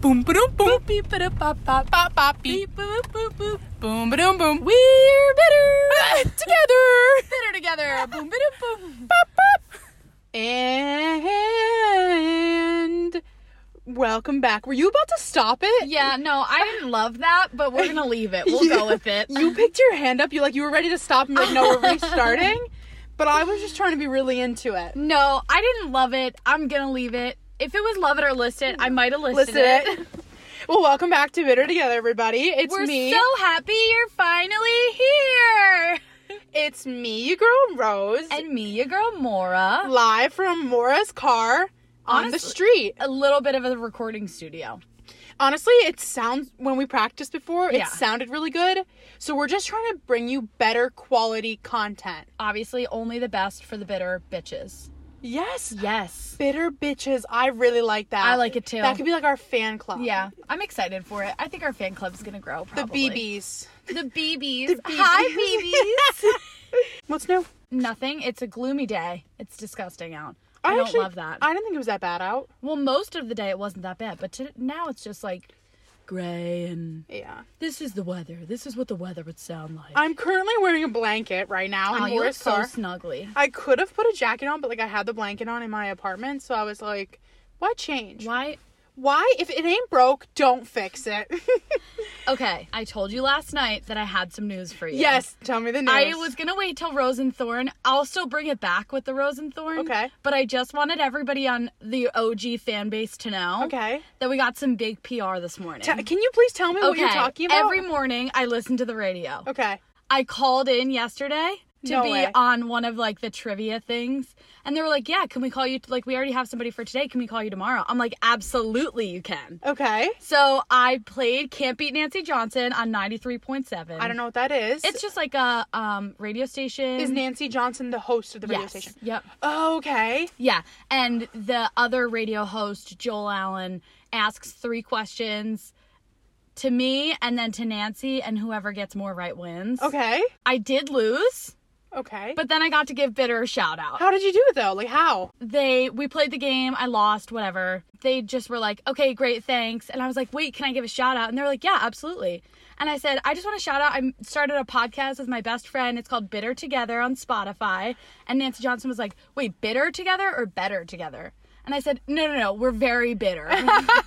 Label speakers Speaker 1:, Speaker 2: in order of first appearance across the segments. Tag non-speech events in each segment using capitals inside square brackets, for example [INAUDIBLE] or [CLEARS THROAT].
Speaker 1: Boom, boom, boom.
Speaker 2: Beep, ba, da, pop, pop.
Speaker 1: Pop, pop, beep.
Speaker 2: Beep, boop, boop, boop.
Speaker 1: Boom, boom, boom.
Speaker 2: We're
Speaker 1: [LAUGHS]
Speaker 2: better.
Speaker 1: Together. [LAUGHS]
Speaker 2: better together. Boom, ba, da, boom.
Speaker 1: Pop, pop.
Speaker 2: And
Speaker 1: Welcome back. Were you about to stop it?
Speaker 2: yeah, no, I didn't love that, but we're gonna leave it. We'll
Speaker 1: You- [LAUGHS]
Speaker 2: go with it.
Speaker 1: You picked your hand up. You like you were ready to stop and you're like, no,
Speaker 2: [LAUGHS]
Speaker 1: we're restarting. But I was just trying to be really into it.
Speaker 2: No, I didn't love it. I'm gonna leave it. If it was love it or list it, I might have listed
Speaker 1: Listen
Speaker 2: it. [LAUGHS]
Speaker 1: it. Well, welcome back to Bitter Together, everybody. It's
Speaker 2: We're
Speaker 1: me.
Speaker 2: so happy you're finally here.
Speaker 1: it's me, your girl Rose,
Speaker 2: And me, your girl Mora.
Speaker 1: live from Mora's car on the
Speaker 2: Honestly-
Speaker 1: street.
Speaker 2: A little bit of a recording studio.
Speaker 1: Honestly, it sounds when we practiced before,
Speaker 2: Yeah.
Speaker 1: it sounded really good. So we're just trying to bring you better quality content.
Speaker 2: Obviously, only the best for the bitter bitches.
Speaker 1: Yes.
Speaker 2: Yes.
Speaker 1: Bitter bitches. I really like that.
Speaker 2: I like it too.
Speaker 1: That could be like our fan club.
Speaker 2: Yeah, I'm excited for it. I think our fan club's gonna grow.
Speaker 1: The
Speaker 2: Probably.
Speaker 1: BBs.
Speaker 2: The BBs.
Speaker 1: The BBs. [LAUGHS]
Speaker 2: Hi, BBs.
Speaker 1: What's new?
Speaker 2: Nothing. It's a gloomy day. It's disgusting out.
Speaker 1: I,
Speaker 2: I, don't
Speaker 1: actually,
Speaker 2: love that.
Speaker 1: I didn't think it was that bad out.
Speaker 2: well, most of the day it wasn't that bad, but to, now it's just like gray and
Speaker 1: Yeah.
Speaker 2: this is the weather. This is what the weather would sound like.
Speaker 1: I'm currently wearing a blanket right now
Speaker 2: oh,
Speaker 1: in
Speaker 2: you look
Speaker 1: Mora's
Speaker 2: so
Speaker 1: car.
Speaker 2: snuggly.
Speaker 1: I could have put a jacket on, but like I had the blanket on in my apartment, so I was like, why change?
Speaker 2: Why?
Speaker 1: Why? If it ain't broke, don't fix it. [LAUGHS]
Speaker 2: Okay, I told you last night that I had some news for you.
Speaker 1: yes, tell me the news.
Speaker 2: I was gonna wait till Rose and Thorn. I'll still bring it back with the Rose and Thorn.
Speaker 1: Okay.
Speaker 2: But I just wanted everybody on the OG fan base to know
Speaker 1: Okay.
Speaker 2: that we got some big PR this morning.
Speaker 1: T- can you please tell me what you're talking about?
Speaker 2: Every morning I listen to the radio.
Speaker 1: okay.
Speaker 2: I called in yesterday to
Speaker 1: No
Speaker 2: be
Speaker 1: way.
Speaker 2: on one of like the trivia things. And they were like, Yeah, can we call you? t- Like, we already have somebody for today. Can we call you tomorrow? I'm like, Absolutely, you can.
Speaker 1: Okay.
Speaker 2: So I played Can't Beat Nancy Johnson on 93.7.
Speaker 1: I don't know what that is.
Speaker 2: It's just like a um, radio station.
Speaker 1: is Nancy Johnson the host of the radio
Speaker 2: Yes.
Speaker 1: station?
Speaker 2: Yep.
Speaker 1: Oh, okay.
Speaker 2: Yeah. And the other radio host, Joel Allen, asks three questions to me and then to Nancy, and whoever gets more right wins.
Speaker 1: Okay.
Speaker 2: I did lose,
Speaker 1: Okay.
Speaker 2: but then I got to give Bitter a shout out.
Speaker 1: how did you do it though? Like how?
Speaker 2: They we played the game, I lost, whatever. They just were like, "Okay, great, thanks." And I was like, "Wait, can I give a shout out?" And they're like, "Yeah, absolutely." And I said, "I just want to shout out. I started a podcast with my best friend. It's called Bitter Together on Spotify." And Nancy Johnson was like, "Wait, bitter together or better together?" And I said, "No, no, no, we're very bitter." [LAUGHS]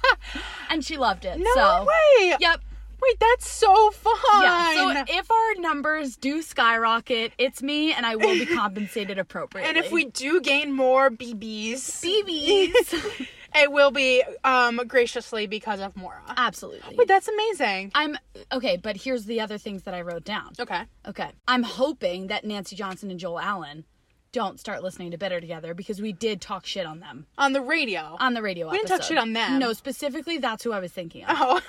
Speaker 2: and she loved it.
Speaker 1: No
Speaker 2: so,
Speaker 1: way.
Speaker 2: Yep.
Speaker 1: Wait, that's so fun.
Speaker 2: Yeah, so if our numbers do skyrocket, it's me and I will be compensated appropriately.
Speaker 1: and if we do gain more BBs, [LAUGHS]
Speaker 2: BBs.
Speaker 1: it will be um graciously because of Mora.
Speaker 2: Absolutely.
Speaker 1: Wait, that's amazing.
Speaker 2: I'm okay, but here's the other things that I wrote down.
Speaker 1: Okay.
Speaker 2: Okay. I'm hoping that Nancy Johnson and Joel Allen don't start listening to Bitter together because we did talk shit on them
Speaker 1: On the radio.
Speaker 2: on the radio.
Speaker 1: We didn't talk
Speaker 2: episode.
Speaker 1: shit on them.
Speaker 2: No, specifically that's who I was thinking of.
Speaker 1: Oh,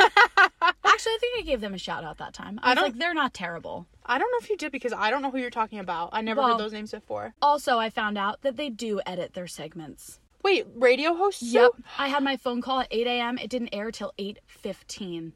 Speaker 1: [LAUGHS]
Speaker 2: Actually, I think I gave them a shout out that time. I,
Speaker 1: I
Speaker 2: was
Speaker 1: don't-
Speaker 2: like, they're not terrible.
Speaker 1: I don't know if you did because I don't know who you're talking about. I never
Speaker 2: Well-
Speaker 1: heard those names before.
Speaker 2: Also, I found out that they do edit their segments.
Speaker 1: Wait, radio hosts? too?
Speaker 2: Yep. I had my phone call at 8 a.m. It didn't air till 8:15,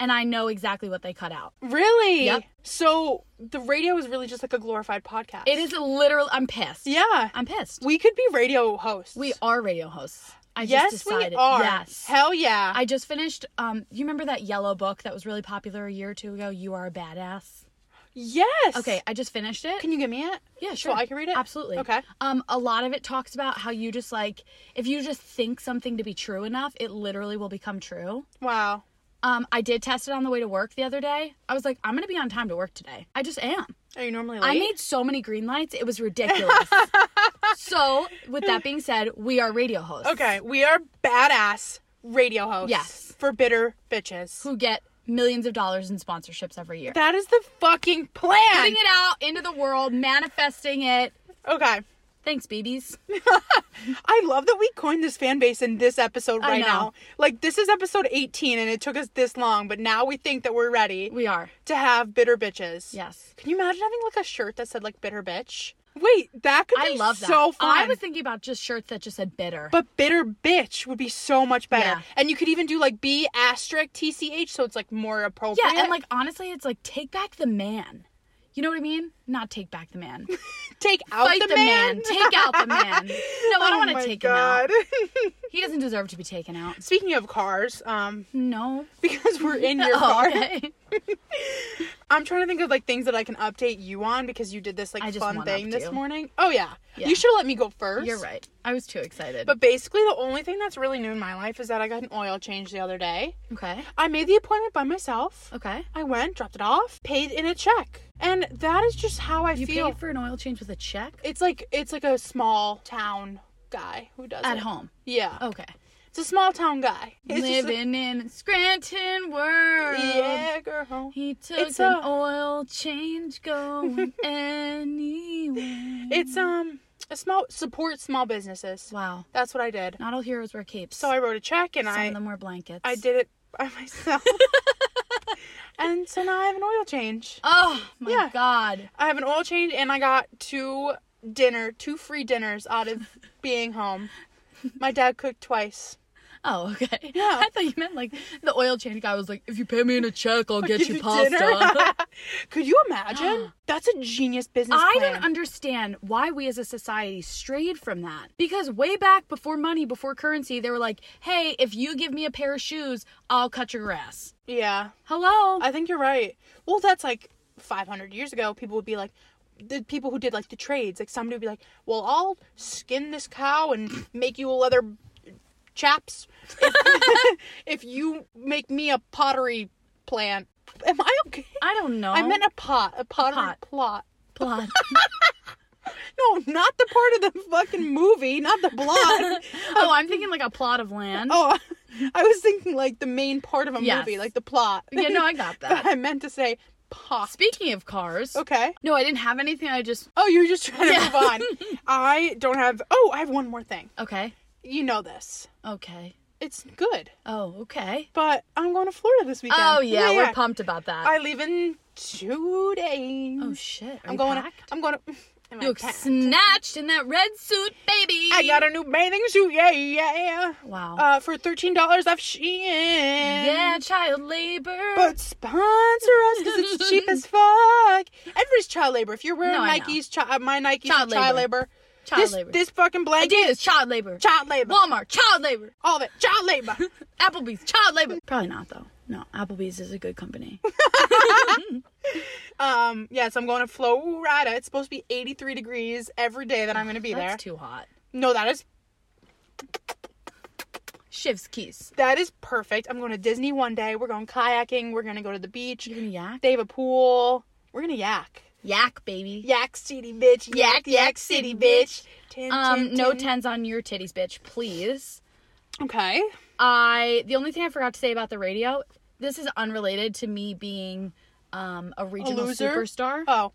Speaker 2: and I know exactly what they cut out.
Speaker 1: Really?
Speaker 2: Yep.
Speaker 1: So the radio is really just like a glorified podcast.
Speaker 2: It is literal. I'm pissed.
Speaker 1: Yeah.
Speaker 2: I'm pissed.
Speaker 1: we could be radio hosts.
Speaker 2: We are radio hosts. I
Speaker 1: yes,
Speaker 2: just decided.
Speaker 1: we are.
Speaker 2: Yes.
Speaker 1: Hell yeah.
Speaker 2: I just finished. Um, you remember that yellow book that was really popular a year or two ago? You are a badass.
Speaker 1: yes.
Speaker 2: Okay, I just finished it.
Speaker 1: Can you give me it?
Speaker 2: yeah, sure.
Speaker 1: I can read it?
Speaker 2: Absolutely.
Speaker 1: Okay.
Speaker 2: Um, a lot of it talks about how you just like if you just think something to be true enough, it literally will become true.
Speaker 1: Wow.
Speaker 2: Um, I did test it on the way to work the other day. I was like, I'm gonna be on time to work today. I just am.
Speaker 1: Are you normally late?
Speaker 2: I made so many green lights, it was ridiculous.
Speaker 1: [LAUGHS]
Speaker 2: so, with that being said, we are radio hosts.
Speaker 1: Okay, we are badass radio hosts.
Speaker 2: Yes.
Speaker 1: For bitter bitches.
Speaker 2: who get millions of dollars in sponsorships every year.
Speaker 1: That is the fucking plan.
Speaker 2: Putting it out into the world, manifesting it.
Speaker 1: Okay.
Speaker 2: Thanks, babies.
Speaker 1: I love that we coined this fan base in this episode
Speaker 2: I
Speaker 1: right
Speaker 2: know.
Speaker 1: now. Like this is episode 18 and it took us this long, but now we think that we're ready
Speaker 2: We are.
Speaker 1: to have bitter bitches.
Speaker 2: Yes.
Speaker 1: Can you imagine having like a shirt that said like bitter bitch? Wait, that could
Speaker 2: I
Speaker 1: be
Speaker 2: love that. Oh,
Speaker 1: so fun.
Speaker 2: I was thinking about just shirts that just said bitter.
Speaker 1: but bitter bitch would be so much better.
Speaker 2: Yeah.
Speaker 1: And you could even do like B asterisk T C H so it's like more appropriate. [LAUGHS]
Speaker 2: yeah, and like honestly, it's like take back the man. You know what I mean? Not take back the man.
Speaker 1: Take out
Speaker 2: Fight
Speaker 1: the,
Speaker 2: the
Speaker 1: man. Oh
Speaker 2: man. Take out
Speaker 1: [LAUGHS]
Speaker 2: the man. No, I don't want to take him out.
Speaker 1: out.
Speaker 2: He doesn't deserve to be taken
Speaker 1: [LAUGHS]
Speaker 2: out.
Speaker 1: Speaking of cars, um, [LAUGHS]
Speaker 2: No.
Speaker 1: because we're in your
Speaker 2: [LAUGHS] Oh,
Speaker 1: car,
Speaker 2: okay.
Speaker 1: I'm trying to think of like things that I can update you on because you did this
Speaker 2: I
Speaker 1: like
Speaker 2: just
Speaker 1: fun
Speaker 2: one-upped
Speaker 1: thing this
Speaker 2: you.
Speaker 1: morning. Oh yeah.
Speaker 2: Yeah.
Speaker 1: you should let me go first.
Speaker 2: You're right. I was too excited.
Speaker 1: But basically, the only thing that's really new in my life is that I got an oil change the other day.
Speaker 2: okay.
Speaker 1: I made the appointment by myself.
Speaker 2: Okay.
Speaker 1: I went, dropped it off, paid in a check, and that is just how I
Speaker 2: You
Speaker 1: feel.
Speaker 2: paid for an oil change with a check
Speaker 1: it's like it's like a small town guy who does
Speaker 2: at
Speaker 1: it.
Speaker 2: home.
Speaker 1: Yeah,
Speaker 2: Okay.
Speaker 1: it's a small town guy. It's just like-
Speaker 2: Living in Scranton world.
Speaker 1: yeah, girl.
Speaker 2: He took
Speaker 1: It's
Speaker 2: an
Speaker 1: a-
Speaker 2: oil change [LAUGHS] going anywhere.
Speaker 1: It's um a small support small businesses.
Speaker 2: Wow.
Speaker 1: That's what I did.
Speaker 2: Not all heroes wear capes.
Speaker 1: So I wrote a check and
Speaker 2: Some
Speaker 1: I
Speaker 2: of them wear blankets.
Speaker 1: I did it by [LAUGHS] myself. and so now I have an oil change.
Speaker 2: Oh my
Speaker 1: Yeah.
Speaker 2: god.
Speaker 1: I have an oil change and I got two dinner, two free dinners out of being home. My dad cooked twice.
Speaker 2: Oh, okay.
Speaker 1: Yeah.
Speaker 2: [LAUGHS] I thought you meant like the oil change guy was like, if you pay me in a check, I'll get
Speaker 1: Give
Speaker 2: you
Speaker 1: you
Speaker 2: [LAUGHS] pasta.
Speaker 1: Could you imagine? That's a genius business
Speaker 2: I
Speaker 1: plan.
Speaker 2: don't understand why we as a society strayed from that. Because way back before money, before currency, they were like, hey, if you give me a pair of shoes, I'll cut your grass.
Speaker 1: yeah,
Speaker 2: Hello?
Speaker 1: I think you're right. Well, that's like 500 years ago. People would be like, the people who did like the trades, like somebody would be like, well, I'll skin this cow and make you a leather chaps
Speaker 2: [LAUGHS]
Speaker 1: if, [LAUGHS] if you make me a pottery plant. Am I okay?
Speaker 2: I don't know.
Speaker 1: I meant a pot, a pottery
Speaker 2: Pot.
Speaker 1: plot.
Speaker 2: plot.
Speaker 1: No, not the part of the fucking movie, not the
Speaker 2: [LAUGHS]
Speaker 1: blog.
Speaker 2: [LAUGHS] oh, I'm thinking like a plot of land.
Speaker 1: oh, I was thinking like the main part of a
Speaker 2: Yes.
Speaker 1: movie, like the plot.
Speaker 2: Yeah, no, I
Speaker 1: [LAUGHS]
Speaker 2: got
Speaker 1: But
Speaker 2: that.
Speaker 1: I meant to say pot.
Speaker 2: Speaking of cars.
Speaker 1: Okay.
Speaker 2: No, I didn't have anything. I just.
Speaker 1: Oh, you were just trying to
Speaker 2: Yeah.
Speaker 1: move on.
Speaker 2: [LAUGHS]
Speaker 1: I don't have. Oh, I have one more thing.
Speaker 2: Okay.
Speaker 1: You know this.
Speaker 2: Okay.
Speaker 1: It's good,
Speaker 2: Oh, okay.
Speaker 1: but I'm going to Florida this weekend.
Speaker 2: Oh, yeah. We're pumped about that.
Speaker 1: I leave in two days.
Speaker 2: oh, shit. Are
Speaker 1: I'm
Speaker 2: you
Speaker 1: going.
Speaker 2: packed?
Speaker 1: I'm going to. [SIGHS] am I
Speaker 2: You look
Speaker 1: packed?
Speaker 2: snatched in that red suit, baby.
Speaker 1: I got a new bathing suit. Yeah, yeah, yeah.
Speaker 2: Wow.
Speaker 1: Uh, for thirteen dollars off Shein.
Speaker 2: yeah, child labor.
Speaker 1: But sponsor us because it's
Speaker 2: [LAUGHS]
Speaker 1: cheap as fuck. Everybody's child labor. If you're wearing
Speaker 2: No, I know.
Speaker 1: Nike's, chi- uh, my Nike's
Speaker 2: Child
Speaker 1: child, child
Speaker 2: labor.
Speaker 1: labor.
Speaker 2: child
Speaker 1: this,
Speaker 2: labor.
Speaker 1: This fucking blanket.
Speaker 2: Adidas, child labor.
Speaker 1: Child labor.
Speaker 2: Walmart, child labor.
Speaker 1: All of it. Child labor.
Speaker 2: [LAUGHS] Applebee's,
Speaker 1: [LAUGHS]
Speaker 2: child labor. Probably not though. No, Applebee's is a good company.
Speaker 1: um. Yes, I'm going to Florida. It's supposed to be 83 degrees every day that I'm going to be there.
Speaker 2: That's too hot.
Speaker 1: no, that is
Speaker 2: Shiv's keys.
Speaker 1: that is perfect. I'm going to Disney one day. We're going kayaking. We're going to go to the beach.
Speaker 2: You gonna yak?
Speaker 1: They have a pool. We're gonna yak.
Speaker 2: Yak, baby.
Speaker 1: Yak city, bitch. Yak,
Speaker 2: Yak,
Speaker 1: yak
Speaker 2: yak
Speaker 1: city,
Speaker 2: city,
Speaker 1: bitch. Tin,
Speaker 2: Um,
Speaker 1: tin,
Speaker 2: no
Speaker 1: tin.
Speaker 2: tens on your titties, bitch, please.
Speaker 1: Okay.
Speaker 2: I the only thing I forgot to say about the radio, this is unrelated to me being um a regional
Speaker 1: loser?
Speaker 2: superstar.
Speaker 1: Oh.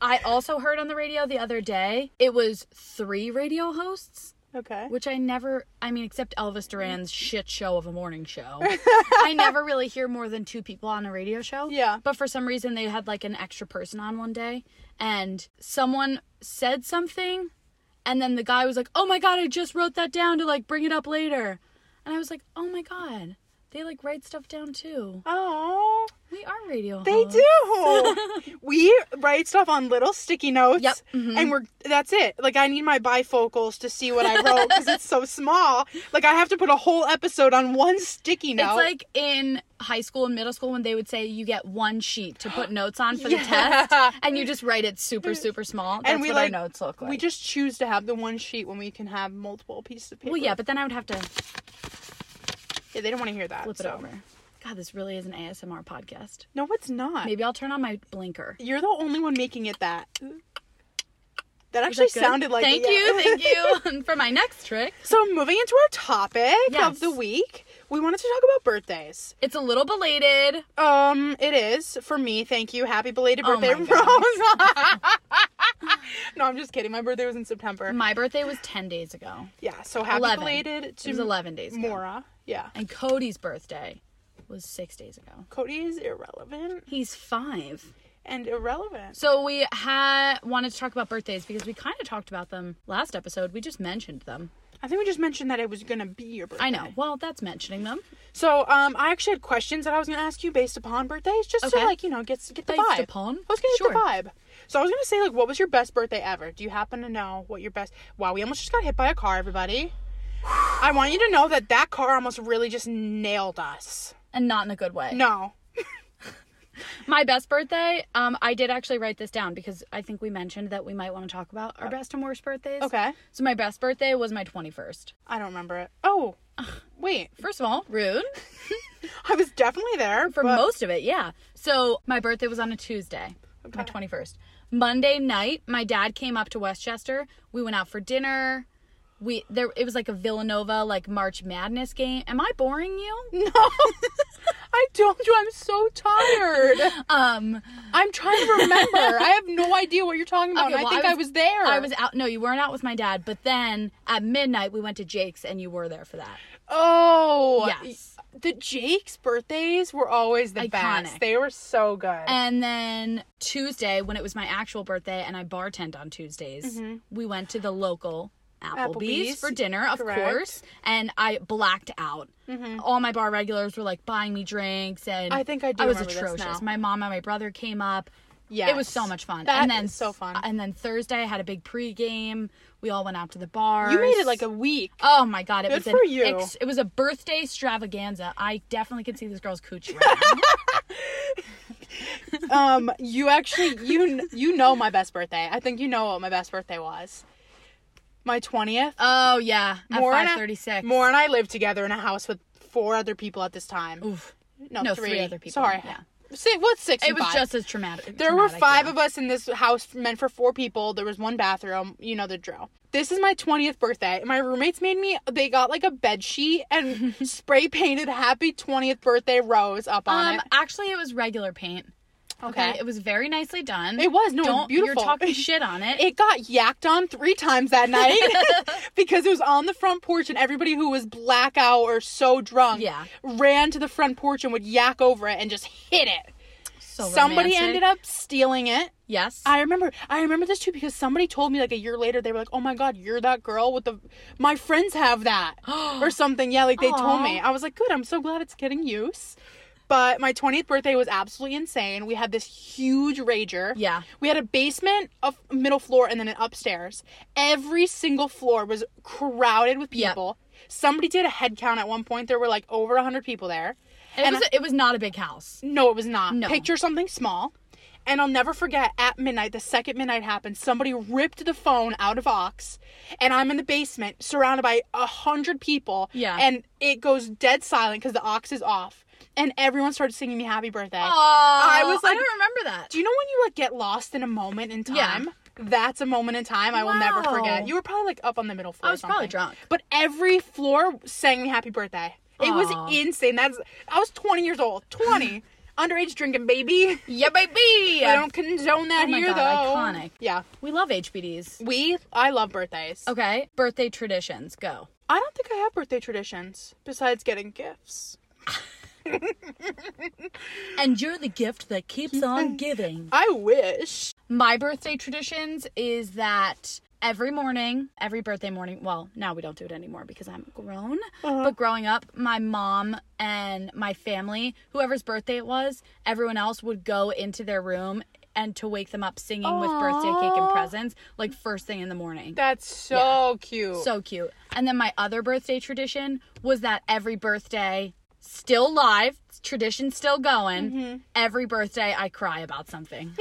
Speaker 2: I also heard on the radio the other day it was three radio hosts,
Speaker 1: Okay.
Speaker 2: which I never, I mean, except
Speaker 1: Mm.
Speaker 2: Elvis Duran's shit show of a
Speaker 1: [LAUGHS]
Speaker 2: morning show. I never really hear more than two people on a radio show.
Speaker 1: Yeah.
Speaker 2: But for some reason, they had like an extra person on one day, and someone said something, and then the guy was like, oh my God, I just wrote that down to like bring it up later. And I was like, oh my God, they like write stuff down too.
Speaker 1: Oh.
Speaker 2: We are radio
Speaker 1: They
Speaker 2: hosts. [LAUGHS]
Speaker 1: do. we write stuff on little sticky notes.
Speaker 2: Oh. Yep, mhm.
Speaker 1: And we're that's it. Like I need my bifocals to see what I wrote because it's so small. Like I have to put a whole episode on one sticky note.
Speaker 2: It's like in high school and middle school when they would say you get one sheet to put notes on for the
Speaker 1: [GASPS] Yeah.
Speaker 2: test, and you just write it super super small. That's
Speaker 1: we,
Speaker 2: what
Speaker 1: like-
Speaker 2: our notes look like.
Speaker 1: we just choose to have the one sheet when we can have multiple pieces of paper.
Speaker 2: well, yeah, but then I would have to
Speaker 1: yeah, they don't want to hear that.
Speaker 2: flip it
Speaker 1: so.
Speaker 2: over. God, this really is an ASMR podcast.
Speaker 1: No, it's not.
Speaker 2: Maybe I'll turn on my blinker.
Speaker 1: You're the only one making it that. That
Speaker 2: Is
Speaker 1: actually
Speaker 2: that good?
Speaker 1: sounded like
Speaker 2: Thank
Speaker 1: yeah.
Speaker 2: you, thank you [LAUGHS] for my next trick.
Speaker 1: [LAUGHS] So moving into our topic of
Speaker 2: Yes.
Speaker 1: the week, we wanted to talk about birthdays.
Speaker 2: It's a little belated.
Speaker 1: Um, it is for me. Thank you. Happy belated
Speaker 2: Oh
Speaker 1: birthday,
Speaker 2: my
Speaker 1: Rose. [LAUGHS] no, I'm just kidding. My birthday was in September.
Speaker 2: My birthday was ten days ago.
Speaker 1: Yeah. So happy
Speaker 2: 11.
Speaker 1: belated to
Speaker 2: It was eleven days ago.
Speaker 1: Mora. Yeah.
Speaker 2: And Cody's birthday was six days ago.
Speaker 1: Cody is irrelevant
Speaker 2: He's five.
Speaker 1: and irrelevant.
Speaker 2: So we had wanted to talk about birthdays because we kind of talked about them last episode. We just mentioned them.
Speaker 1: I think we just mentioned that it was gonna be your birthday.
Speaker 2: I know. Well, that's mentioning them.
Speaker 1: So um, I actually had questions that I was going to ask you based upon birthdays, just
Speaker 2: Okay.
Speaker 1: to like you know get get the
Speaker 2: Based
Speaker 1: vibe.
Speaker 2: upon?
Speaker 1: I was going to
Speaker 2: Sure.
Speaker 1: get the vibe. So I was going to say like, what was your best birthday ever? Do you happen to know what your best? Wow, we almost just got hit by a car, everybody. I want you to know that that car almost really just nailed us.
Speaker 2: and not in a good way.
Speaker 1: No,
Speaker 2: My best birthday, um, I did actually write this down because I think we mentioned that we might want to talk about our best and worst birthdays.
Speaker 1: okay,
Speaker 2: So my best birthday was my 21st.
Speaker 1: I don't remember it. Oh, wait,
Speaker 2: First of all, rude.
Speaker 1: I was definitely there [LAUGHS]
Speaker 2: For
Speaker 1: but-
Speaker 2: most of it, yeah. So my birthday was on a Tuesday, my
Speaker 1: Okay.
Speaker 2: 21st. Monday night, my dad came up to Westchester. We went out for dinner. We there it was like a Villanova like March Madness game. Am I boring you?
Speaker 1: No, I told you I'm so tired.
Speaker 2: [LAUGHS] Um
Speaker 1: I'm trying to remember. I have no idea what you're talking about. and
Speaker 2: Okay,
Speaker 1: I
Speaker 2: well, I
Speaker 1: think I was,
Speaker 2: was-
Speaker 1: there.
Speaker 2: I was out no, you weren't out with my dad, but then at midnight we went to Jake's and you were there for that.
Speaker 1: Oh,
Speaker 2: Yes.
Speaker 1: The Jake's birthdays were always the
Speaker 2: Iconic.
Speaker 1: best. They were so good.
Speaker 2: And then Tuesday when it was my actual birthday and I bartend on Tuesdays, we went to the local Applebee's,
Speaker 1: Mm-hmm. Applebee's,
Speaker 2: for dinner, of
Speaker 1: correct. Mm-hmm.
Speaker 2: course, and I blacked out. All my bar regulars were like buying me drinks and
Speaker 1: I think I do
Speaker 2: I was
Speaker 1: remember this
Speaker 2: atrocious.
Speaker 1: now.
Speaker 2: My mom and my brother came up.
Speaker 1: Yes.
Speaker 2: It was so much fun.
Speaker 1: That
Speaker 2: and then
Speaker 1: is so fun.
Speaker 2: And then Thursday I had a big pregame. We all went out to the bar.
Speaker 1: you made it like a week.
Speaker 2: Oh my god, it
Speaker 1: Good
Speaker 2: was an
Speaker 1: for you.
Speaker 2: ex- it was a birthday extravaganza. I definitely can see this girl's coochie right
Speaker 1: [LAUGHS]
Speaker 2: now.
Speaker 1: [LAUGHS] Um, you actually you kn- you know my best birthday. I think you know what my best birthday was. My twentieth.
Speaker 2: Oh yeah, at
Speaker 1: More
Speaker 2: five thirty-six.
Speaker 1: More and I lived together in a house with four other people at this time.
Speaker 2: Oof.
Speaker 1: No,
Speaker 2: No,
Speaker 1: three.
Speaker 2: three other people,
Speaker 1: Sorry.
Speaker 2: yeah.
Speaker 1: Si- what's six?
Speaker 2: It
Speaker 1: and
Speaker 2: was
Speaker 1: five?
Speaker 2: just as traumatic.
Speaker 1: There were five of us in this house meant for four people. There was one bathroom, you know the drill. This is my 20th birthday. My roommates made me, they got like a bed sheet
Speaker 2: [LAUGHS]
Speaker 1: and spray painted happy 20th birthday rose up on
Speaker 2: Um,
Speaker 1: it.
Speaker 2: actually, it was regular paint. Okay.
Speaker 1: Okay.
Speaker 2: it was very nicely done.
Speaker 1: It was, no, it was
Speaker 2: Don't,
Speaker 1: beautiful. [LAUGHS]
Speaker 2: You're talking shit on it.
Speaker 1: It got yacked on three times that
Speaker 2: [LAUGHS]
Speaker 1: night [LAUGHS] because it was on the front porch and everybody who was blackout or so drunk
Speaker 2: Yeah.
Speaker 1: ran to the front porch and would yak over it and just hit it.
Speaker 2: So
Speaker 1: Somebody
Speaker 2: romantic.
Speaker 1: ended up stealing it.
Speaker 2: Yes.
Speaker 1: I remember I remember this too because somebody told me like a year later they were like, "Oh my god, you're that girl with the my friends have that."
Speaker 2: [GASPS]
Speaker 1: or something. Yeah, like they told me.
Speaker 2: Aw.
Speaker 1: I was like, "Good, I'm so glad it's getting use." But my 20th birthday was absolutely insane. We had this huge rager.
Speaker 2: Yeah.
Speaker 1: We had a basement, a f- middle floor, and then an upstairs. Every single floor was crowded with
Speaker 2: Yep.
Speaker 1: people. Somebody did a head count at one point. There were like over 100 people there.
Speaker 2: It was. it was not a big house.
Speaker 1: No, it was not.
Speaker 2: No.
Speaker 1: Picture something small. And I'll never forget at midnight, the second midnight happened, somebody ripped the phone out of Ox, and I'm in the basement surrounded by a hundred people.
Speaker 2: Yeah.
Speaker 1: And it goes dead silent because the Ox is off. And everyone started singing me happy birthday.
Speaker 2: Oh,
Speaker 1: I was
Speaker 2: I
Speaker 1: like,
Speaker 2: don't remember that.
Speaker 1: do you know when you like get lost in a moment in
Speaker 2: Yeah.
Speaker 1: time? That's a moment in time I will never
Speaker 2: Wow.
Speaker 1: forget. You were probably like up on the middle floor.
Speaker 2: I was
Speaker 1: or something.
Speaker 2: probably drunk.
Speaker 1: But every floor sang me happy birthday. It
Speaker 2: Aw.
Speaker 1: was insane. That's I was 20 years old.
Speaker 2: [LAUGHS]
Speaker 1: 20. Underage drinking, baby.
Speaker 2: yeah, baby.
Speaker 1: I don't condone that
Speaker 2: Oh my
Speaker 1: here
Speaker 2: God,
Speaker 1: though.
Speaker 2: iconic.
Speaker 1: Yeah.
Speaker 2: We love HBDs.
Speaker 1: We I love birthdays.
Speaker 2: Okay, birthday traditions. Go.
Speaker 1: I don't think I have birthday traditions besides getting gifts.
Speaker 2: And you're the gift that keeps on giving.
Speaker 1: I wish.
Speaker 2: my birthday traditions is that every morning, every birthday morning, well, now we don't do it anymore because I'm grown, but growing up, my mom and my family, whoever's birthday it was, everyone else would go into their room and to wake them up singing with birthday cake and
Speaker 1: Aw.
Speaker 2: presents like first thing in the morning.
Speaker 1: That's so cute.
Speaker 2: so cute. And then my other birthday tradition was that every birthday still live tradition still going every birthday i cry about something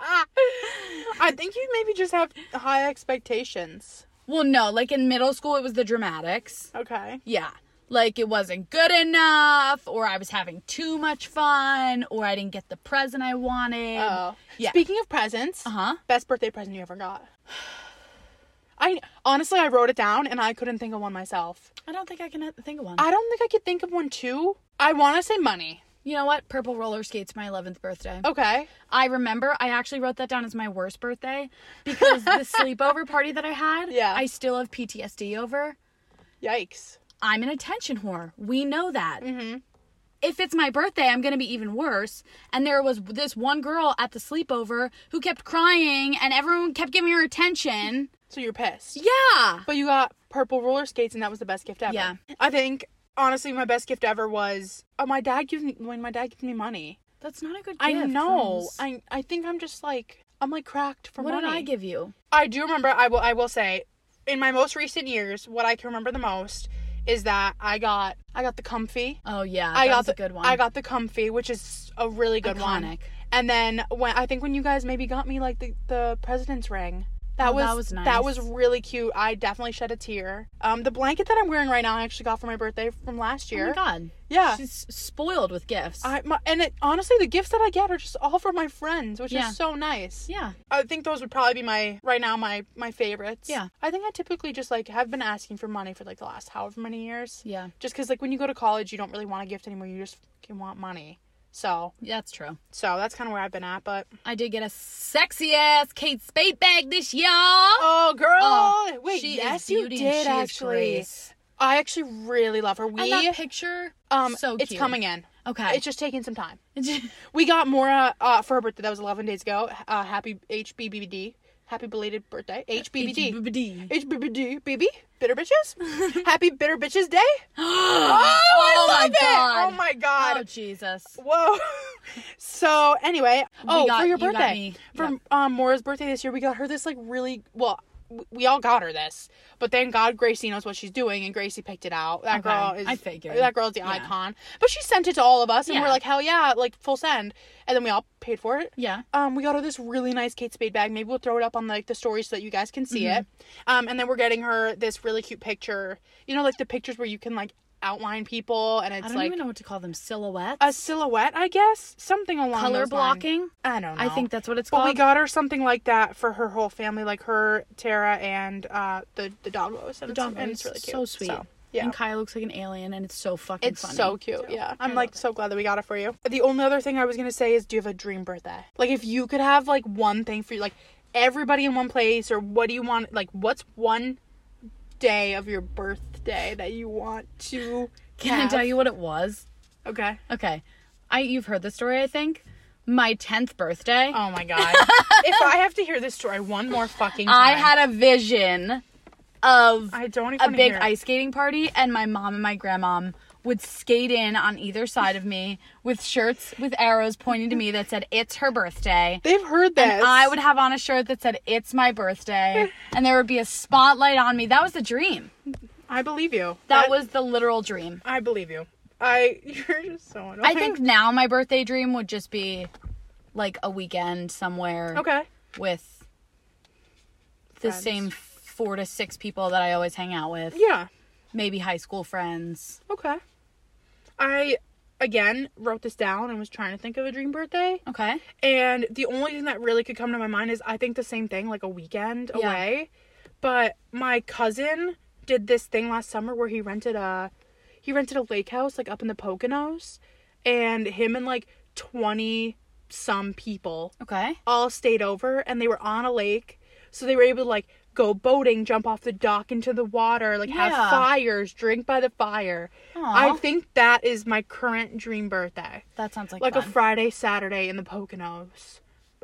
Speaker 1: I think you maybe just have high expectations.
Speaker 2: Well, no, like in middle school, it was the dramatics.
Speaker 1: Okay.
Speaker 2: Yeah. Like it wasn't good enough, or I was having too much fun, or I didn't get the present I wanted.
Speaker 1: Oh.
Speaker 2: yeah.
Speaker 1: Speaking of presents,
Speaker 2: Uh-huh.
Speaker 1: best birthday present you ever got. [SIGHS] I honestly I wrote it down and I couldn't think of one myself.
Speaker 2: I don't think I can uh, think of one.
Speaker 1: I don't think I could think of one too. I want to say money.
Speaker 2: you know what? Purple roller skates, my 11th birthday.
Speaker 1: Okay.
Speaker 2: I remember I actually wrote that down as my worst birthday because [LAUGHS] the sleepover party that I had,
Speaker 1: Yeah.
Speaker 2: I still have PTSD over.
Speaker 1: Yikes.
Speaker 2: I'm an attention whore. We know that. Mm-hmm. If it's my birthday, I'm going to be even worse. And there was this one girl at the sleepover who kept crying, and everyone kept giving her attention.
Speaker 1: So you're pissed.
Speaker 2: Yeah.
Speaker 1: But you got purple roller skates, and that was the best gift ever.
Speaker 2: Yeah.
Speaker 1: I think honestly, my best gift ever was oh, my dad gives me when my dad gives me money.
Speaker 2: That's not a good gift.
Speaker 1: I know.
Speaker 2: Rose.
Speaker 1: I I think I'm just like I'm like cracked for
Speaker 2: what
Speaker 1: money.
Speaker 2: did I give you?
Speaker 1: I do remember. I will. I will say, in my most recent years, what I can remember the most is that I got I got the comfy.
Speaker 2: Oh yeah,
Speaker 1: I
Speaker 2: that
Speaker 1: got
Speaker 2: was
Speaker 1: the
Speaker 2: a good one.
Speaker 1: I got the comfy, which is a really good one.
Speaker 2: Iconic.
Speaker 1: And then when I think when you guys maybe got me like the the president's ring. That
Speaker 2: Oh,
Speaker 1: was
Speaker 2: that was nice.
Speaker 1: that was really cute. I definitely shed a tear. Um, the blanket that I'm wearing right now, I actually got for my birthday from last
Speaker 2: Oh
Speaker 1: year.
Speaker 2: my god.
Speaker 1: Yeah,
Speaker 2: She's spoiled with gifts.
Speaker 1: I my, and it, honestly, the gifts that I get are just all from my friends, which
Speaker 2: Yeah.
Speaker 1: is so nice.
Speaker 2: yeah.
Speaker 1: I think those would probably be my right now my my favorites.
Speaker 2: Yeah.
Speaker 1: I think I typically just like have been asking for money for like the last however many years.
Speaker 2: Yeah.
Speaker 1: Just because like when you go to college, you don't really want a gift anymore. You just fucking want money. So
Speaker 2: That's true.
Speaker 1: so that's kind of where I've been at. But
Speaker 2: I did get a sexy ass Kate Spade bag this year.
Speaker 1: oh, girl,
Speaker 2: Oh,
Speaker 1: wait,
Speaker 2: she
Speaker 1: yes,
Speaker 2: is
Speaker 1: you
Speaker 2: beauty and
Speaker 1: did
Speaker 2: she is
Speaker 1: actually.
Speaker 2: grace.
Speaker 1: I actually really love her.
Speaker 2: And
Speaker 1: We
Speaker 2: that picture,
Speaker 1: um,
Speaker 2: so
Speaker 1: it's
Speaker 2: cute.
Speaker 1: coming in.
Speaker 2: Okay.
Speaker 1: It's just taking some time.
Speaker 2: E
Speaker 1: We got Mora uh, for her birthday. That was 11 days ago. Uh, happy HBBD. Happy belated birthday. HBBD.
Speaker 2: BBD.
Speaker 1: HBBD, baby. Bitter
Speaker 2: [LAUGHS]
Speaker 1: bitches. happy bitter bitches day.
Speaker 2: oh,
Speaker 1: Oh, I
Speaker 2: my
Speaker 1: love it.
Speaker 2: god.
Speaker 1: Oh my
Speaker 2: Oh
Speaker 1: god.
Speaker 2: Jesus.
Speaker 1: Whoa. so anyway, oh
Speaker 2: got-
Speaker 1: for your
Speaker 2: you got
Speaker 1: birthday,
Speaker 2: me.
Speaker 1: for
Speaker 2: Yep.
Speaker 1: um, Mora's birthday this year, we got her this like really well. w- We all got her this, but thank God Gracie knows what she's doing, and Gracie picked it out. That
Speaker 2: Okay,
Speaker 1: girl is
Speaker 2: I figured.
Speaker 1: that girl's the
Speaker 2: Yeah.
Speaker 1: icon. But she sent it to all of us, and we're
Speaker 2: Yeah.
Speaker 1: like, hell yeah, like full send. And then we all paid for it.
Speaker 2: Yeah.
Speaker 1: Um, we got her this really nice Kate Spade bag. Maybe we'll throw it up on like the story so that you guys can see
Speaker 2: Mm-hmm.
Speaker 1: it. Um, and then we're getting her this really cute picture. You know, like the pictures where you can like outline people, and it's
Speaker 2: I don't
Speaker 1: like
Speaker 2: even know what to call them. Silhouettes.
Speaker 1: a silhouette, I guess, something along
Speaker 2: color
Speaker 1: those lines.
Speaker 2: blocking.
Speaker 1: I don't know.
Speaker 2: I think that's what it's
Speaker 1: But
Speaker 2: called.
Speaker 1: we got her something like that for her whole family, like her Tara and uh, the the doggos. And, it's,
Speaker 2: Dumbo
Speaker 1: and
Speaker 2: is
Speaker 1: it's really cute.
Speaker 2: So sweet.
Speaker 1: yeah.
Speaker 2: And Kyle looks like an alien, and it's so fucking
Speaker 1: it's
Speaker 2: funny.
Speaker 1: so cute, yeah. I'm
Speaker 2: I
Speaker 1: like
Speaker 2: love
Speaker 1: so glad that we got it for you. The only other thing I was gonna say is, do you have a dream birthday? Like, if you could have like one thing for you, like everybody in one place, or what do you want? Like, what's one day of your birthday that you want to?
Speaker 2: [LAUGHS] Can I
Speaker 1: have?
Speaker 2: tell you what it was?
Speaker 1: Okay.
Speaker 2: Okay, I you've heard the story, I think. My tenth birthday,
Speaker 1: Oh [LAUGHS] my god. if I have to hear this story one more fucking time.
Speaker 2: I had a vision of
Speaker 1: I don't even
Speaker 2: a
Speaker 1: wanna
Speaker 2: big
Speaker 1: hear it.
Speaker 2: ice skating party, and my mom and my grandmom would skate in on either side of me with shirts with arrows pointing to me that said "It's her birthday."
Speaker 1: They've heard this.
Speaker 2: And I would have on a shirt that said "It's my birthday," and there would be a spotlight on me. That was the dream.
Speaker 1: I believe you.
Speaker 2: That, was the literal dream.
Speaker 1: I believe you. I. [LAUGHS] You're just so annoying.
Speaker 2: I think now my birthday dream would just be like a weekend somewhere
Speaker 1: Okay.
Speaker 2: with the
Speaker 1: Friends.
Speaker 2: same four to six people that I always hang out with.
Speaker 1: Yeah.
Speaker 2: Maybe high school friends.
Speaker 1: Okay. I again wrote this down and was trying to think of a dream birthday.
Speaker 2: Okay.
Speaker 1: And the only thing that really could come to my mind is I think the same thing, like a weekend
Speaker 2: Yeah.
Speaker 1: away. But my cousin did this thing last summer where he rented a he rented a lake house like up in the Poconos and him and like 20 some people
Speaker 2: Okay.
Speaker 1: all stayed over and they were on a lake so they were able to like go boating jump off the dock into the water like have
Speaker 2: Yeah.
Speaker 1: fires drink by the fire i
Speaker 2: Aw.
Speaker 1: think that is my current dream birthday
Speaker 2: That sounds like
Speaker 1: like
Speaker 2: fun.
Speaker 1: a friday saturday in the poconos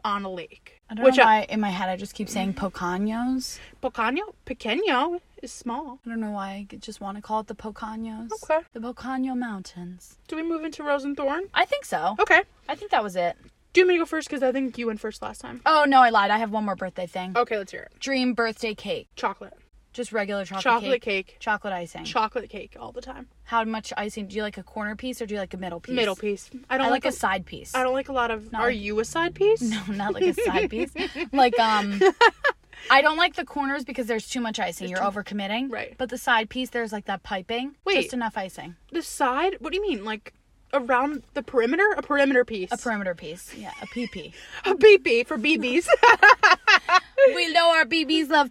Speaker 1: on a lake
Speaker 2: I don't
Speaker 1: which
Speaker 2: know
Speaker 1: I,
Speaker 2: why in my head I just keep saying Pocanos.
Speaker 1: Pocano, pequeño is small
Speaker 2: I don't know why I just want to call it the Pocanos.
Speaker 1: Okay.
Speaker 2: The Pocano Mountains.
Speaker 1: do we move into rose and thorn
Speaker 2: I think so.
Speaker 1: okay
Speaker 2: I think that was it.
Speaker 1: do you want me to go first because i think you went first last time
Speaker 2: Oh no, I lied. I have one more birthday thing.
Speaker 1: okay let's hear it
Speaker 2: Dream birthday cake.
Speaker 1: chocolate
Speaker 2: Just regular chocolate,
Speaker 1: chocolate
Speaker 2: cake.
Speaker 1: cake,
Speaker 2: Chocolate icing.
Speaker 1: chocolate cake all the time
Speaker 2: How much icing? Do you like a corner piece or do you like a middle piece?
Speaker 1: middle piece i don't
Speaker 2: I like
Speaker 1: a
Speaker 2: a side piece.
Speaker 1: I
Speaker 2: [LAUGHS]
Speaker 1: don't like a lot of.
Speaker 2: Not
Speaker 1: are
Speaker 2: like-
Speaker 1: you a side piece?
Speaker 2: No, not like a side
Speaker 1: [LAUGHS]
Speaker 2: piece. Like um I don't like the corners because there's too much icing. You're overcommitting.
Speaker 1: Right.
Speaker 2: But the side piece there's like that piping.
Speaker 1: Wait.
Speaker 2: Just enough icing.
Speaker 1: The side? What do you mean? Like around the perimeter? A perimeter piece.
Speaker 2: A perimeter piece. Yeah, a PP.
Speaker 1: a BB for BBs.
Speaker 2: [LAUGHS] we know our BBs love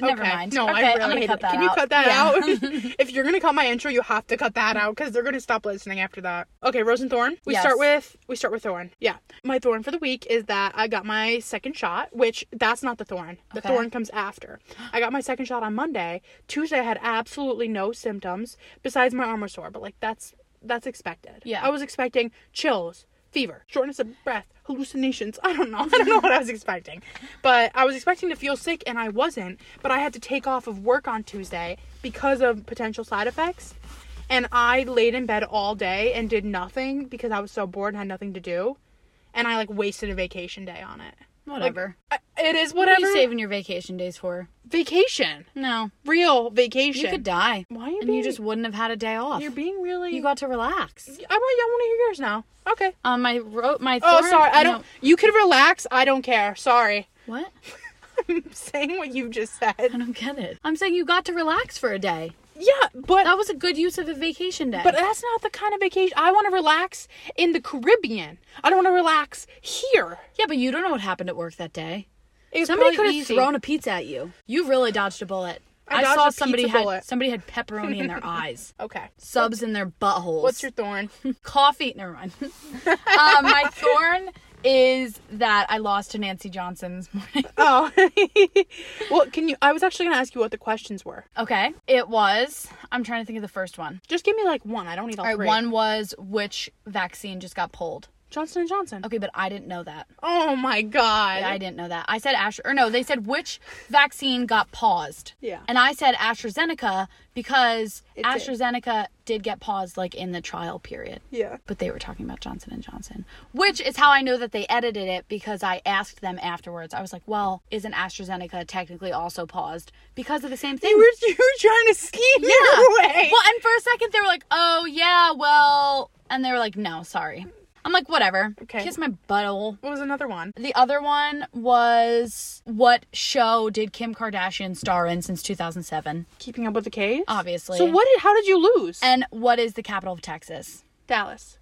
Speaker 1: [LAUGHS]
Speaker 2: Never mind.
Speaker 1: No,
Speaker 2: okay,
Speaker 1: I really
Speaker 2: am gonna
Speaker 1: hate
Speaker 2: cut
Speaker 1: it.
Speaker 2: that
Speaker 1: Can
Speaker 2: out.
Speaker 1: you cut that
Speaker 2: [LAUGHS] Yeah.
Speaker 1: out? if you're gonna cut my intro, you have to cut that out because they're gonna stop listening after that. Okay, Rose and Thorn. We
Speaker 2: Yes.
Speaker 1: start with we start with Thorn. Yeah, my Thorn for the week is that I got my second shot, which that's not the Thorn. The
Speaker 2: Okay.
Speaker 1: Thorn comes after. I got my second shot on Monday. Tuesday, I had absolutely no symptoms besides my arm was sore, but like that's that's expected.
Speaker 2: Yeah.
Speaker 1: I was expecting chills. fever, shortness of breath, hallucinations. I don't know. [LAUGHS] I don't know what I was expecting. But I was expecting to feel sick and I wasn't. But I had to take off of work on Tuesday because of potential side effects. And I laid in bed all day and did nothing because I was so bored and had nothing to do. And I like wasted a vacation day on it.
Speaker 2: Whatever.
Speaker 1: I- It is
Speaker 2: what
Speaker 1: whatever.
Speaker 2: are you saving your vacation days for?
Speaker 1: Vacation.
Speaker 2: No.
Speaker 1: Real vacation.
Speaker 2: You could die.
Speaker 1: Why are you
Speaker 2: and
Speaker 1: being,
Speaker 2: you just wouldn't have had a day off.
Speaker 1: You're being really.
Speaker 2: you got to relax.
Speaker 1: I want. I want to hear yours now. Okay.
Speaker 2: Um, my ro- my.
Speaker 1: Oh,
Speaker 2: thorn-
Speaker 1: sorry. I don't.
Speaker 2: no.
Speaker 1: You can relax. I don't care. Sorry.
Speaker 2: What?
Speaker 1: I'm [LAUGHS] saying what you just
Speaker 2: I
Speaker 1: said.
Speaker 2: don't get it. I'm saying you got to relax for a day.
Speaker 1: Yeah, but
Speaker 2: That was a good use of a vacation day.
Speaker 1: but uh, that's not the kind of vacation I want to relax in the Caribbean. I don't want to relax here.
Speaker 2: yeah, but you don't know what happened at work that day.
Speaker 1: It was probably
Speaker 2: Somebody could have
Speaker 1: easy.
Speaker 2: thrown a pizza at you. You really dodged a bullet.
Speaker 1: I
Speaker 2: I,
Speaker 1: dodged
Speaker 2: saw
Speaker 1: a
Speaker 2: somebody
Speaker 1: pizza
Speaker 2: had
Speaker 1: bullet.
Speaker 2: somebody had
Speaker 1: [LAUGHS]
Speaker 2: pepperoni in their eyes,
Speaker 1: Okay.
Speaker 2: subs in their buttholes.
Speaker 1: What's your thorn?
Speaker 2: coffee? Never mind. [LAUGHS] um, my thorn is that I lost to Nancy Johnson this morning.
Speaker 1: [LAUGHS]
Speaker 2: [LAUGHS]
Speaker 1: oh. [LAUGHS] well, can you? I was actually gonna ask you what the questions were.
Speaker 2: Okay, it was. I'm trying to think of the first one.
Speaker 1: Just give me like one. I don't need all,
Speaker 2: All right,
Speaker 1: three.
Speaker 2: one was which vaccine just got pulled.
Speaker 1: Johnson and Johnson.
Speaker 2: Okay, but I didn't know that.
Speaker 1: Oh my god.
Speaker 2: I didn't know that. I said Asher, or no, they said which vaccine got paused.
Speaker 1: Yeah.
Speaker 2: And I said AstraZeneca because
Speaker 1: It did.
Speaker 2: AstraZeneca did get paused like in the trial period.
Speaker 1: yeah.
Speaker 2: But they were talking about Johnson and Johnson, which is how I know that they edited it because I asked them afterwards. I was like, "Well, isn't AstraZeneca technically also paused because of the same
Speaker 1: [LAUGHS]
Speaker 2: thing?"
Speaker 1: You were, you were trying to scheme [LAUGHS] yeah. way.
Speaker 2: Well, and for a second they were like, "Oh yeah, well," and they were like, "No, sorry." I'm like, "Whatever."
Speaker 1: Okay.
Speaker 2: Kiss my butthole.
Speaker 1: What was another one?
Speaker 2: The other one was what show did Kim Kardashian star in since 2007?
Speaker 1: Keeping up with the case.
Speaker 2: Obviously.
Speaker 1: So what? Did, how did you lose?
Speaker 2: And what is the capital of Texas?
Speaker 1: Dallas.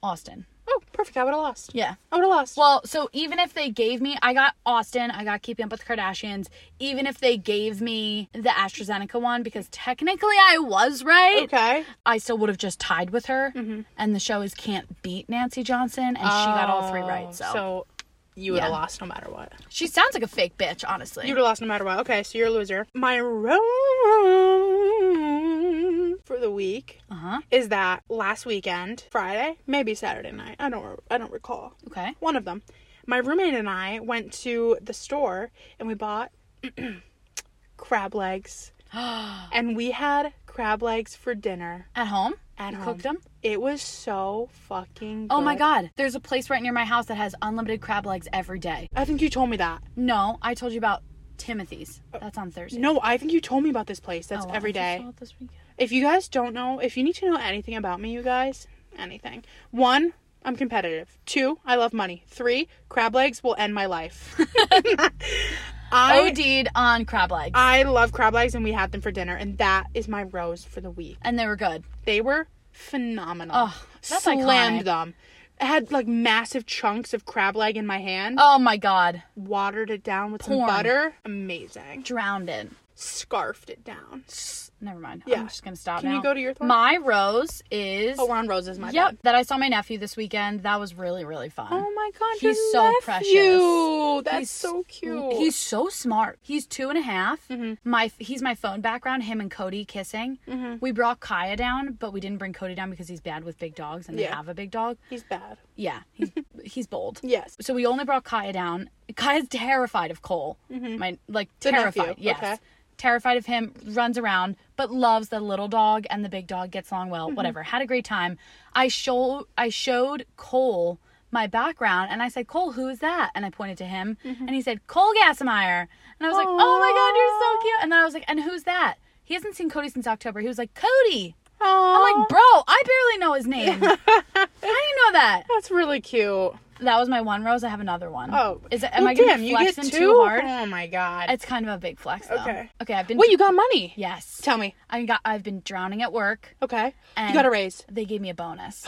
Speaker 2: Austin.
Speaker 1: Oh, perfect. I would have lost.
Speaker 2: Yeah.
Speaker 1: I would have lost.
Speaker 2: Well, so even if they gave me, I got Austin, I got Keeping Up with the Kardashians. Even if they gave me the AstraZeneca one, because technically I was right,
Speaker 1: okay. Mm-hmm.
Speaker 2: I still would have just tied with her. And the show is Can't Beat Nancy Johnson, and she got all
Speaker 1: Oh,
Speaker 2: three right. So.
Speaker 1: you would have
Speaker 2: Yeah.
Speaker 1: lost no matter what.
Speaker 2: she sounds like a fake bitch, honestly.
Speaker 1: You would have lost no matter what. Okay, so you're a loser. My row for the week
Speaker 2: uh huh.
Speaker 1: is that last weekend, Friday, maybe Saturday night. I don't. I don't recall.
Speaker 2: Okay.
Speaker 1: One of them. My roommate and I went to the store and we bought [CLEARS THROAT] crab
Speaker 2: [GASPS]
Speaker 1: legs, and we had crab legs for dinner.
Speaker 2: At home?
Speaker 1: At
Speaker 2: you
Speaker 1: home.
Speaker 2: cooked them?
Speaker 1: It was so fucking.
Speaker 2: Oh my
Speaker 1: good.
Speaker 2: god, there's a place right near my house that has unlimited crab legs every day.
Speaker 1: I think you told me that.
Speaker 2: No, I told you about Timothy's. That's on Thursday.
Speaker 1: No, I think you told me about this place. That's
Speaker 2: Oh, well,
Speaker 1: every
Speaker 2: I just
Speaker 1: day.
Speaker 2: saw it this weekend.
Speaker 1: If you guys don't know, if you need to know anything about me, you guys, anything. One, I'm competitive. Two, I love money. Three, crab legs will end my
Speaker 2: [LAUGHS]
Speaker 1: life. I
Speaker 2: OD'd on crab legs.
Speaker 1: I love crab legs and we had them for dinner and that is my rose for the week.
Speaker 2: and they were good.
Speaker 1: They were phenomenal.
Speaker 2: Oh, that's
Speaker 1: Slammed
Speaker 2: iconic.
Speaker 1: them. I had like massive chunks of crab leg in my hand.
Speaker 2: Oh my god.
Speaker 1: Watered it down with some
Speaker 2: Porn.
Speaker 1: butter. Amazing.
Speaker 2: Drowned it.
Speaker 1: Scarfed it down.
Speaker 2: Never mind.
Speaker 1: Yeah.
Speaker 2: I'm just gonna stop
Speaker 1: Can you
Speaker 2: now.
Speaker 1: go to your thorn?
Speaker 2: My rose is
Speaker 1: Oh, we're on roses, my
Speaker 2: Yep,
Speaker 1: bad.
Speaker 2: that I saw my nephew this weekend. That was really, really fun.
Speaker 1: Oh my god,
Speaker 2: He's
Speaker 1: your
Speaker 2: so
Speaker 1: nephew.
Speaker 2: precious.
Speaker 1: That's
Speaker 2: He's-
Speaker 1: so cute. Mm-hmm.
Speaker 2: He's so smart. He's two and a half. My he's my phone background. Him and Cody kissing. We brought Kaya down, but we didn't bring Cody down because he's bad with big dogs, and
Speaker 1: Yeah.
Speaker 2: they have a big dog.
Speaker 1: he's bad.
Speaker 2: Yeah, he's [LAUGHS] he's bold.
Speaker 1: Yes.
Speaker 2: So we only brought Kaya down. Kaya's terrified of Cole. My like
Speaker 1: Mm-hmm. The nephew,
Speaker 2: terrified. Yes.
Speaker 1: okay.
Speaker 2: Terrified of him, runs around, but loves the little dog and the big dog gets along well.
Speaker 1: Mm-hmm.
Speaker 2: Whatever. Had a great time. I show I showed Cole my background and I said, Cole, who is that? And I pointed to him
Speaker 1: Mm-hmm.
Speaker 2: and he said, Cole Gassemeyer. And I was like, Oh my god, you're so cute. And then I was like, and who's that? He hasn't seen Cody since October. He was like, Cody.
Speaker 1: Oh,
Speaker 2: I'm like, bro, I barely know
Speaker 1: [LAUGHS]
Speaker 2: his name. How do you know that?
Speaker 1: that's really cute.
Speaker 2: That was my one rose. I have another one.
Speaker 1: Oh,
Speaker 2: is it? Am
Speaker 1: well,
Speaker 2: I gonna
Speaker 1: damn,
Speaker 2: be
Speaker 1: you get
Speaker 2: flexing
Speaker 1: two?
Speaker 2: too hard?
Speaker 1: Oh my god.
Speaker 2: It's kind of a big flex, though.
Speaker 1: Okay.
Speaker 2: Okay. I've been.
Speaker 1: Wait, you got money?
Speaker 2: yes.
Speaker 1: Tell me.
Speaker 2: I got. I've been drowning at work.
Speaker 1: Okay. you
Speaker 2: And-
Speaker 1: got a
Speaker 2: [GASPS]
Speaker 1: raise.
Speaker 2: They gave me a bonus.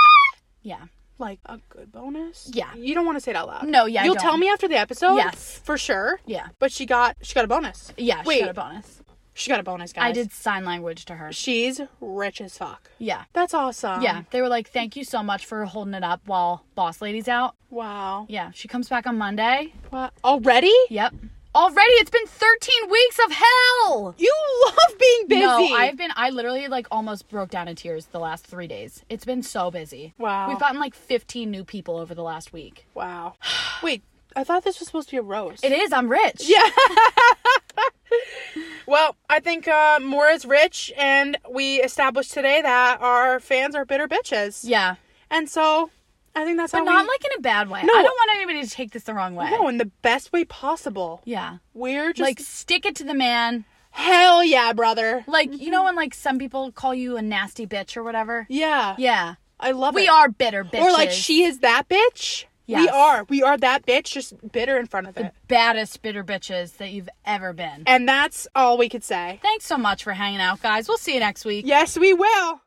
Speaker 2: [GASPS] Yeah.
Speaker 1: like a good bonus.
Speaker 2: Yeah.
Speaker 1: You don't want to say it out loud.
Speaker 2: No, yeah, I
Speaker 1: You'll
Speaker 2: don't.
Speaker 1: tell me after the episode.
Speaker 2: Yes.
Speaker 1: For sure.
Speaker 2: Yeah.
Speaker 1: But she got she got a bonus.
Speaker 2: Yeah.
Speaker 1: Wait.
Speaker 2: She got a bonus.
Speaker 1: She got a bonus, guys.
Speaker 2: I did sign language to her.
Speaker 1: She's rich as fuck.
Speaker 2: Yeah.
Speaker 1: That's awesome.
Speaker 2: Yeah. They were like, "Thank you so much for holding it up while boss lady's out."
Speaker 1: Wow.
Speaker 2: Yeah. She comes back on Monday.
Speaker 1: What? Already?
Speaker 2: Yep. Already, it's been 13 weeks of hell.
Speaker 1: You love being busy.
Speaker 2: No, I've been. I literally like almost broke down in tears the last three days. It's been so busy.
Speaker 1: Wow.
Speaker 2: We've gotten like 15 new people over the last week.
Speaker 1: [SIGHS] Wow. Wait, I thought this was supposed to be a roast.
Speaker 2: It is. I'm rich.
Speaker 1: Yeah. well, I think uh, more is rich, and we established today that our fans are bitter bitches.
Speaker 2: Yeah.
Speaker 1: And so, I think that's
Speaker 2: But
Speaker 1: how
Speaker 2: not
Speaker 1: we.
Speaker 2: like in a bad way.
Speaker 1: No.
Speaker 2: I don't want anybody to take this the wrong way.
Speaker 1: no, in the best way possible.
Speaker 2: Yeah.
Speaker 1: We're just
Speaker 2: Like stick it to the man.
Speaker 1: hell yeah, brother.
Speaker 2: Like you know when like some people call you a nasty bitch or whatever.
Speaker 1: Yeah.
Speaker 2: Yeah.
Speaker 1: I love it.
Speaker 2: We are bitter bitches.
Speaker 1: Or like she is that bitch. We
Speaker 2: Yes.
Speaker 1: are. We are that bitch, just bitter in front of it.
Speaker 2: baddest bitter bitches that you've ever been.
Speaker 1: And that's all we could say.
Speaker 2: Thanks so much for hanging out, guys. We'll see you next week.
Speaker 1: Yes, we will.